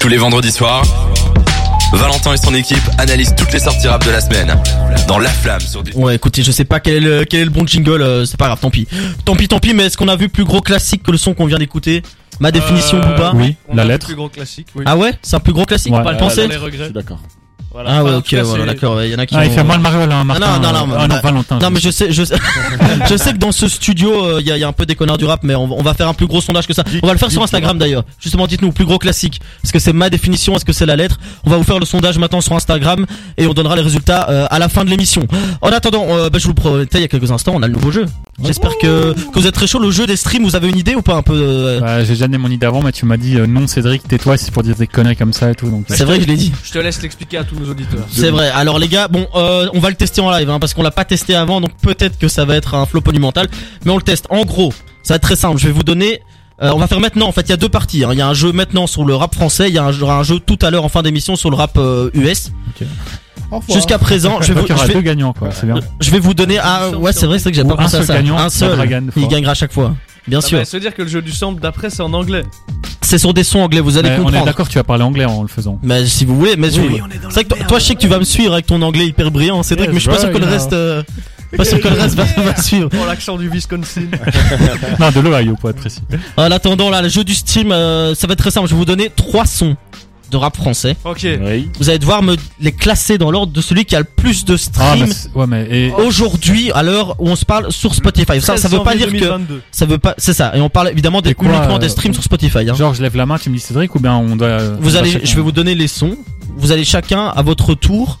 tous les vendredis soirs. Valentin et son équipe analysent toutes les sorties rap de la semaine dans La Flamme sur des... Ouais, écoutez, je sais pas quel est le, quel est le bon jingle, euh, c'est pas grave, tant pis. Tant pis, tant pis, mais est-ce qu'on a vu plus gros classique que le son qu'on vient d'écouter Ma définition, Euh, Booba oui, On la a le lettre. Plus gros classique, oui. Ah ouais C'est un plus gros classique, on Ouais, va le euh, penser Dans les regrets. d'accord. Voilà. Ah ouais, Enfin, en ok, tout cas, voilà, c'est- d'accord, ouais, il y en a qui Ah, il ont- fait moins le Mario là, Martin. non, non, non, ah, bah- Valentin. Non mais je sais, je sais, je sais que dans ce studio, euh, il y, a- y a un peu des connards du rap, mais on, va- on va faire un plus gros sondage que ça. On va le faire sur Instagram d'ailleurs. Justement, dites-nous plus gros classique. Est-ce que c'est ma définition Est-ce que c'est la lettre On va vous faire le sondage maintenant sur Instagram et on donnera les résultats euh, à la fin de l'émission. En attendant, euh, bah, je vous le promettais il y a quelques instants, on a le nouveau jeu. J'espère que, que vous êtes très chaud. Le jeu des streams, vous avez une idée ou pas un peu euh, Bah, j'ai déjà donné mon idée avant, mais tu m'as dit euh, non, Cédric, tais-toi, c'est pour dire des conneries comme ça et tout. Donc, C'est vrai que je l'ai dit. Je te laisse l'expliquer à tous nos auditeurs. C'est vrai. Alors les gars, bon, euh, on va le tester en live hein, parce qu'on l'a pas testé avant, donc peut-être que ça va être un flop monumental, mais on le teste. En gros, ça va être très simple. Je vais vous donner. euh, on va faire maintenant. En fait, il y a deux parties. hein. Il y a un jeu maintenant sur le rap français. Il y a un, il y aura un jeu tout à l'heure en fin d'émission sur le rap euh, US. hein. Jusqu'à présent, je vais, vous, Donc, il y aura je, deux vais, gagnants, quoi. C'est bien. je vais vous donner. Ah ouais, c'est vrai, c'est que j'ai Ou pas un pensé à seul ça. gagnant, Ah un Sandra seul. gagne Il fort. gagnera à chaque fois. Bien Ça sûr. bah, va Ah bah, se dire que le jeu du sample d'après c'est en anglais. C'est sur des sons anglais. Vous allez Mais on est comprendre. d'accord, tu vas parler anglais hein, en le faisant. Mais si vous voulez, mais je- c'est vrai que toi, toi, je sais que tu vas me suivre avec ton anglais hyper brillant, Cédric, Yes, bah mais je suis pas sûr que le right reste, euh, pas sûr que le reste va, va suivre. Pour l'accent du Wisconsin. non, de l'Ohio pour être précis. En attendant, là, le jeu du Steam, euh, ça va être très simple. Je vais vous donner trois sons de rap français. Ok. Oui. Vous allez devoir me les classer dans l'ordre de celui qui a le plus de Ah, mais streams c'est- ouais, mais et, Oh, aujourd'hui, à l'heure où on se parle sur Spotify. Ça, ça veut pas dire que ça veut pas. C'est ça. Et on parle évidemment des, Et quoi, uniquement des euh, streams sur Spotify. hein. genre je lève la main, tu me dis Cédric ou bien on doit. euh, on Vous doit allez, chacun- je vais vous donner les sons. Vous allez chacun à votre tour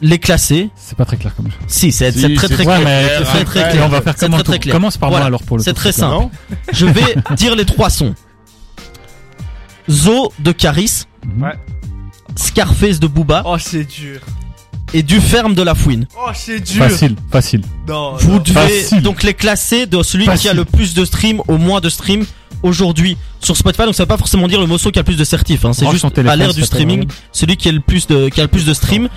les classer. C'est pas très clair comme jeu. Si, c'est Si, c'est très c'est très ouais, clair. mais clair, c'est très Et clair. on va faire C'est comment très, tout- très clair. Commence par Voilà. moi alors pour le. C'est truc, très là. simple. Je vais dire les trois sons. Zo de Caris, Mhm. Ouais. Scarface de Booba Oh c'est dur. et Du Ferme de la Fouine. Oh c'est dur. Facile, facile. Non. Vous Oh non. devez Facile. donc les classer de celui qui Facile. a le plus de streams au moins de streams aujourd'hui sur Spotify. Donc ça veut pas forcément dire le morceau qui a le plus de certifs. hein. C'est Branche juste ton téléphone, à l'ère ça euh, du fait streaming, vraiment. celui qui a le plus de qui a le plus de streams.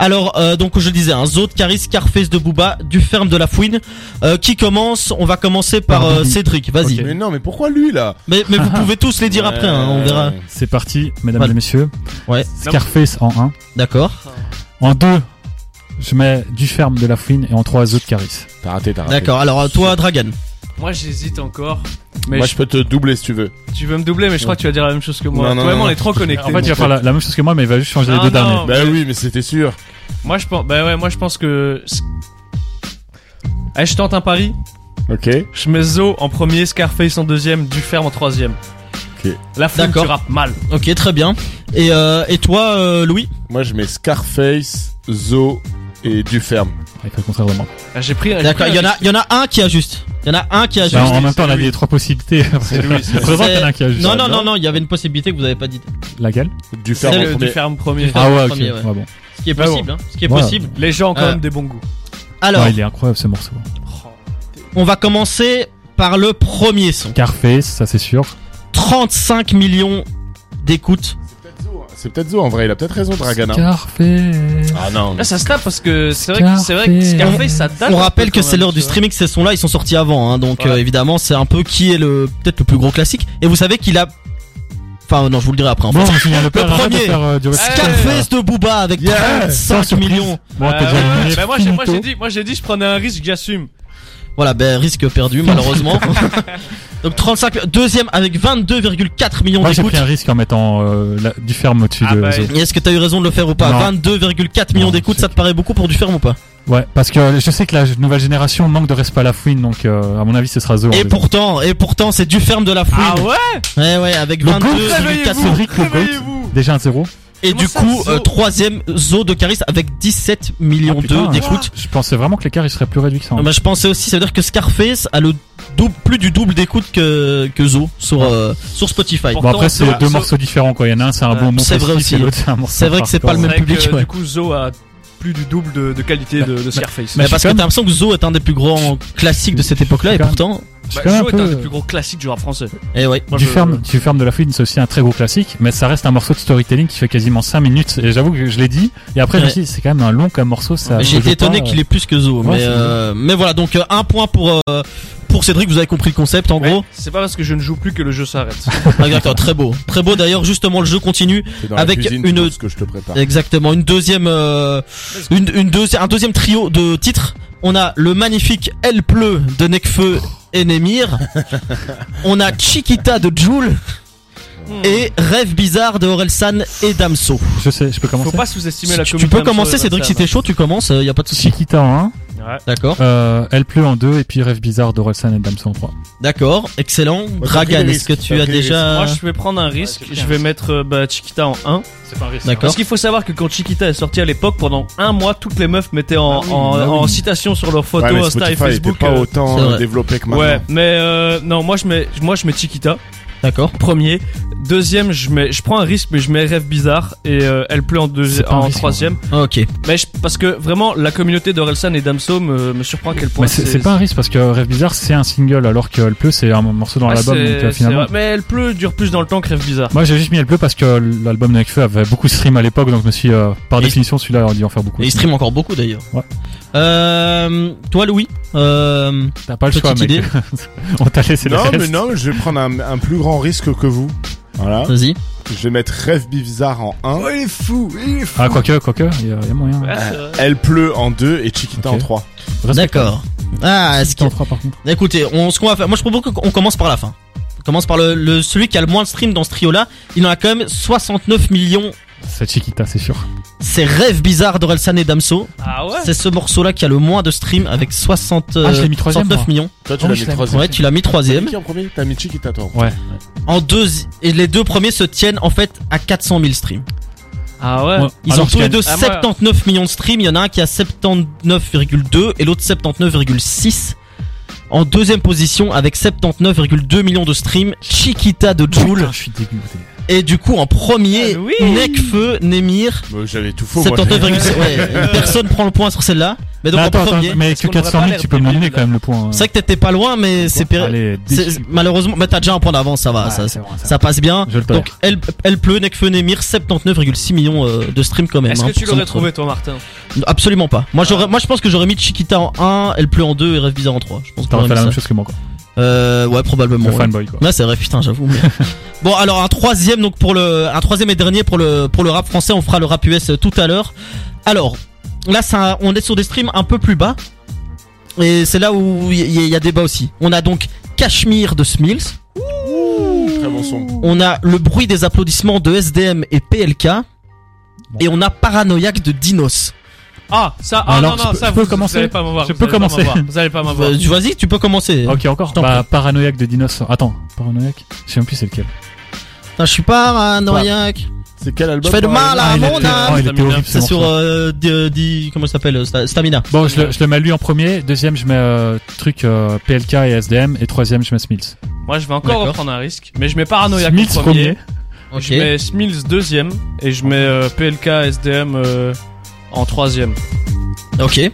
Alors euh, donc je le disais, un Zo de Caris, Scarface de Booba, Du Ferme de la Fouine. Euh, qui commence On va commencer par euh, Pardon. Cédric. Vas-y. Ok. Mais non, mais pourquoi lui là Mais, mais vous pouvez tous les dire après, hein, on verra. C'est parti, mesdames Voilà. et messieurs. Ouais. Scarface en 1. D'accord. En 2, je mets du ferme de la fouine et en 3, Zo de Caris. T'as raté, t'as raté. D'accord. Alors euh, toi, Dragan. Moi j'hésite encore. Mais Moi, je- je peux te doubler si tu veux. tu veux me doubler mais je crois que tu vas dire la même chose que moi. Non, non, Toi et non, moi on non. est trop connectés. En fait, il va faire la, la même chose que moi, mais il va juste changer Non, les deux non. derniers. Bah oui, mais c'était sûr. Moi je pense. Bah ouais moi je pense que. Eh, je tente un pari. Ok. Je mets Zo en premier, Scarface en deuxième, Duferme en troisième. Ok. La fouine tu D'accord. rappes mal. Ok, très bien. Et euh, et toi, euh, Louis. Moi, je mets Scarface, Zo et Duferme. Il fait le contraire de moi. Ah, J'ai pris. j'ai D'accord. pris Il un y en a, il y en a un qui a juste. Il y en a un qui a Bah, juste. en même temps, on a dit les trois possibilités. C'est lui, c'est- Heureusement qu'il y en a un qui a juste. Non, non, non, non. Il y avait une possibilité que vous avez pas dite. Laquelle Duferme C'est en Le premier. Duferme premier. Ah, Ah ouais, ok. premier, ouais. Ouais, bon. Ce qui est Ah bon. possible. hein, ce qui est Voilà. possible. Les gens ont quand Euh. même des bons goûts. Oh. Alors, Ah, il est incroyable ce morceau. on va commencer par le premier son. Scarface, ça c'est sûr. 35 millions d'écoutes. C'est peut-être Zo en vrai, il a peut-être raison, Dragana. Scarface. Ah non. mais- Là, ça se tape parce que c'est vrai, que- c'est vrai que Scarface. Scarface, ça date. On un peu rappelle que quand c'est même, l'heure du tu vois. streaming. Ces sons-là, ils sont sortis avant. hein, donc Voilà. euh, évidemment, c'est un peu qui est le peut-être le plus gros classique. Et vous savez qu'il a. Enfin, non, je vous le dirai après. en Bon, fait. je viens de Le arrête de premier. faire, euh, du rap. Scarface de Booba avec Yeah. Sans 35 surprise. millions. Bon, t'as Bah, ouais, déjà gagné, bah, moi, j'ai, moi, finito. j'ai dit, moi, j'ai dit, je prenais un risque, j'assume. Voilà, ben, risque perdu malheureusement. Donc 35, deuxième avec 22,4 millions Moi j'ai d'écoutes. pris un risque en mettant euh, la- du ferme au-dessus Ah, de bah, Zo. Et Est-ce que t'as eu raison de le faire ou pas Non. 22,4 millions Non, d'écoutes, c'est ça te paraît beaucoup pour du ferme ou pas Ouais, parce que je sais que la nouvelle génération manque de respect à la fouine, donc euh, à mon avis ce sera Zo. en Et deuxième. pourtant, et pourtant, c'est du ferme de la fouine. Ah ouais? ouais, ouais, avec Le goût, 22,4 millions. Cédric, le goat, Réveillez-vous. déjà un 0 Et du Comment ça, coup, Zo euh, troisième zoo de Caris avec 17 Ah, millions d'eux d'écoutes. Je pensais vraiment que l'écart il serait plus réduit que ça. hein. Ah, bah, je pensais aussi, ça veut dire que Scarface a le double, plus du double d'écoutes que, que Zo sur, euh, sur Spotify. Bon, Bon après Pourtant, c'est Zo- deux Zo- morceaux différents quoi. Il y en a un c'est un Ouais, bon morceau c'est vrai aussi. festif, et l'autre c'est un morceau. C'est vrai que c'est pas le hardcore. même C'est vrai public, que, ouais. Bah, Du coup, Zo a plus du double de, de qualité de, de Scarface. Bah, Mais Mais je parce suis que quand t'as l'impression que Zo est un des plus grands classiques de cette époque-là je et suis quand pourtant C'est Bah, quand même Joe un est un peu- des plus gros classiques du rap français. Et ouais. Moi, du, je- ferme, du ferme de la fouine, c'est aussi un très gros classique, mais ça reste un morceau de storytelling qui fait quasiment 5 minutes. Et j'avoue que je l'ai dit, et après je me Ouais. suis dit, c'est quand même un long comme morceau. J'ai Ça Ah, je joue été étonné pas, qu'il ait plus que Zo. Ouais, mais, c'est euh, mais voilà, donc euh, un point pour, euh, pour Cédric, vous avez compris le concept en Ouais, gros. C'est pas parce que je ne joue plus que le jeu s'arrête. Exactement, très beau. Très beau d'ailleurs, justement le jeu continue. C'est dans Avec la cuisine, une- tu vois ce que je te prépare. Exactement, une deuxième, euh, une, une deuxi- un deuxième trio de titres. On a le magnifique Elle pleut de Necfeu et Nemir. On a Chiquita de Joule et Rêve bizarre de Orelsan et Damso. euh, Je sais, je peux Faut commencer. pas sous-estimer la Tu- communauté. tu hein, peux commencer Cédric hein. si t'es chaud, tu commences, euh, y a pas de souci. Chiquita en 1, Ouais. D'accord, euh, Elle pleut en 2, et puis Rêve bizarre d'Orelsan et Damso en 3. d'accord, excellent. pris Dragan, des est-ce que risques, tu t'as as pris des déjà Moi, je vais prendre un risque. c'est je vais mettre euh, bah, Chiquita en 1. C'est pas un risque. D'accord. Parce qu'il faut savoir que quand Chiquita est sortie à l'époque, pendant un mois, toutes les meufs mettaient en, Ah oui, en, bah oui. en citation sur leurs photos Ouais, mais Insta et Spotify était Facebook. pas euh, c'est autant vrai. euh, développé que maintenant. ouais, mais euh, non, moi je mets, moi je mets Chiquita. D'accord. Premier, deuxième, je mets, je prends un risque, mais je mets rêve bizarre et euh, elle pleut en C'est deuxième, pas un en risque, troisième. Ok. Mais je- parce que vraiment, la communauté d'Orelsan et Damso me, me surprend à quel point. Mais c'est c'est pas un risque parce que Rêve bizarre c'est un single, alors que Elle pleut c'est un morceau dans Ah, Ouais, l'album. c'est- donc, euh, c'est finalement. vrai. Mais elle pleut dure plus dans le temps que rêve bizarre. Moi j'ai juste mis Elle pleut parce que l'album de Nekfeu avait beaucoup de stream à l'époque, donc je me suis, euh, par Et- définition, celui-là aurait dû en faire beaucoup. Et il stream encore beaucoup d'ailleurs. Ouais. Euh, toi Louis, euh, T'as pas le Petite choix, idée. mec. On t'a laissé Non, le reste. mais non, mais je vais prendre un, un plus grand risque que vous. Voilà. vas-y. Je vais mettre Rêve Bizarre en 1. il est fou, il est fou. Ah, quoique, quoique, il y, a- il y a moyen. Elle pleut en 2 et Chiquita Ok. en 3. D'accord. Ah, est-ce C'était que en 3 par contre. Écoutez, on, ce qu'on va faire, moi je propose qu'on commence par la fin. On commence par le, le- celui qui a le moins de stream dans ce trio-là. Il en a quand même 69 millions. C'est Chiquita, c'est sûr. C'est Rêve Bizarre d'Orelsan et Damso. Ah ouais C'est ce morceau-là qui a le moins de stream avec 60, Ah, je l'ai mis troisième, 69 moi. millions. Toi, tu Oh, l'as je mis l'aime. 3 Ouais, tu l'as mis T'as mis troisième. qui en premier T'as mis Chiquita toi. en Ouais. En deux, et les deux premiers se tiennent en fait à 400 000 streams. Ah ouais. Ouais. Ils Alors, ont tous je les gagne. deux Ah, moi- 79 millions de streams. Il y en a un qui a 79,2 et l'autre 79,6. En deuxième position avec 79,2 millions de streams, Chiquita de Joule. Putain, je suis dégoûté. Et du coup, en premier, Ah oui. Nekfeu, Nemir, Bah, J'avais tout faux. moi. 79,7. Ouais, personne prend le point sur celle-là. Mais donc Mais en attends, premier. attends, mais que qu'on aurait 400 pas 000, l'air tu peux me débile, l'emmener là. quand même le point. hein. C'est vrai que t'étais pas loin, mais c'est péri- Allez, c'est- déçu. Malheureusement, mais t'as déjà un point d'avance, ça va, Ah, ça, c'est bon, ça passe bien. Je le tolère. Donc, elle, elle pleut, Nekfeu, Nemir, 79,6 millions euh, de streams quand même. Est-ce hein, que tu pour l'aurais son- trouvé toi, Martin Absolument pas. Moi, j'aurais, Ah. moi, je pense que j'aurais mis Chiquita en 1, Elle pleut en 2 et Rêve bizarre en 3. Je pense que T'aurais j'aurais fait la mis même ça. chose que moi, quoi. Euh, ouais, probablement. Le ouais. fanboy, quoi. Ouais, c'est vrai, putain, j'avoue. mais- bon, alors un troisième donc pour le un troisième et dernier pour le pour le rap français, on fera le rap US tout à l'heure. Alors, là ça on est sur des streams un peu plus bas. Et c'est là où il y, y a débat aussi. On a donc Cachemire de Smills, Très bon son. on a le bruit des applaudissements de SDM et PLK et on a Paranoïaque de Dinos. Ah, ça, ah non, Alors, non, je peux- ça, je vous, peux vous commencer allez pas m'avoir. Je vous peux allez pas commencer. m'avoir, Vous allez pas m'avoir. Euh, Vas-y, tu peux commencer. Ok, encore. Je t'en Bah, paranoïaque de dinosaures. Attends, paranoïaque Je sais même plus c'est lequel. Putain, je suis paranoïaque. C'est quel Je album fais de mal à Ah, il mon était- âme. oh, il était Stamina. horrible, ce C'est sur morceau. euh, di- di- comment ça s'appelle euh, Sta- Stamina. Bon, je le, je le mets lui en premier. Deuxième, je mets euh, truc euh, PLK et SDM. Et troisième, je mets Smills. Moi, je vais encore D'accord. reprendre un risque, mais je mets Paranoia Smills en premier. Ok. Je mets Smills deuxième et je mets euh, PLK SDM euh, en troisième. Ok. Et,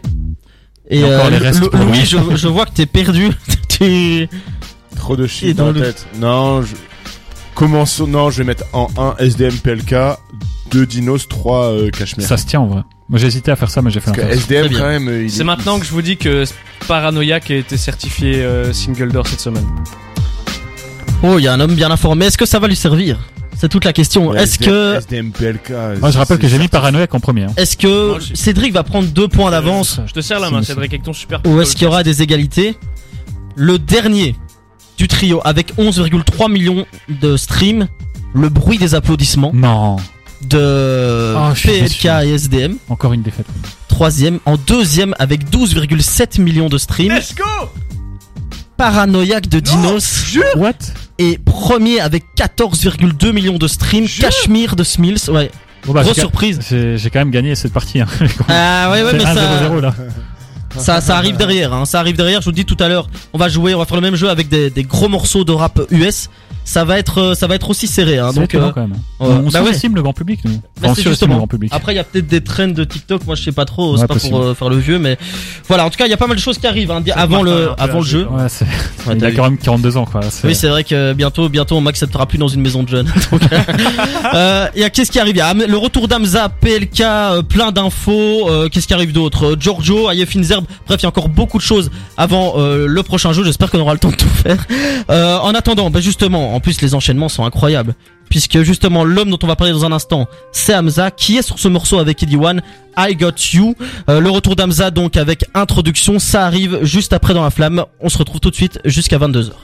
euh, Et encore les restes Lou- pour Louis, moi. je, je vois que t'es perdu. tu... Trop de Et shit dans dans la le- tête. Non, je... Commençons. Non, je vais mettre en 1 SDM PLK, 2 Dinos, 3 euh, Cachemire. Ça se tient en vrai. Moi, j'ai hésité à faire ça, mais j'ai fait Parce que l'inverse. SDM Très bien. quand même. euh, il C'est est- maintenant que je vous dis que Paranoia qui a été certifié euh, single d'or cette semaine. Oh, il y a un homme bien informé. Est-ce que ça va lui servir C'est toute la question. Ouais, est-ce SDM que SDM PLK. Moi, je rappelle c'est- que j'ai mis paranoïaque en premier. hein. est-ce que Moi, je- Cédric va prendre deux points d'avance Je te serre la C'est main, monsieur. Cédric, avec ton super. ou est-ce qu'il y aura des égalités Le dernier du trio avec 11,3 millions de streams, le bruit des applaudissements Non, de Ah, je suis PLK déçu. et SDM. encore une défaite. Troisième, en deuxième avec 12,7 millions de streams, Let's go Paranoïaque de Dinos. What Et premier avec 14,2 millions de streams, Cachemire de Smills, ouais. Bon, bah, Grosse j'ai- surprise. j'ai j'ai quand même gagné cette partie. Hein. Ah ouais, ouais, c'est mais ça. 1-0-0 là. ça, ça arrive derrière, hein, ça arrive derrière. Je vous le dis tout à l'heure, on va jouer, on va faire le même jeu avec des, des gros morceaux de rap US. Ça va être, euh, ça va être aussi serré. Hein, C'est donc, étonnant, euh, quand même. euh, on bah sous-estime le grand public, nous. Bah, Enfin, on c'est surestime le justement. grand public. Après, il y a peut-être des trends de TikTok. Moi, je sais pas trop. C'est Ouais, pas possible. pour euh, faire le vieux, mais voilà. En tout cas, il y a pas mal de choses qui arrivent hein, avant marque le, un peu avant la le jeu. suite, Ouais, c'est... Ouais, il t'as a vu. quand même 42 ans, quoi. C'est- Oui, c'est vrai que bientôt, bientôt, on m'acceptera plus dans une maison de jeunes. Donc, euh, il y a qu'est-ce qui arrive Il y a Am- le retour d'Amza, PLK, euh, plein d'infos. euh, qu'est-ce qui arrive d'autre Euh, Giorgio, Ayef Inzerb. Bref, il y a encore beaucoup de choses avant euh, le prochain jeu. J'espère qu'on aura le temps de tout faire. Euh, en attendant, bah justement, en plus, les enchaînements sont incroyables. Puisque justement, l'homme dont on va parler dans un instant, c'est Hamza, qui est sur ce morceau avec Eddie One, I Got You. Euh, le retour d'Hamza, donc, avec introduction, ça arrive juste après dans la flamme. On se retrouve tout de suite jusqu'à 22h.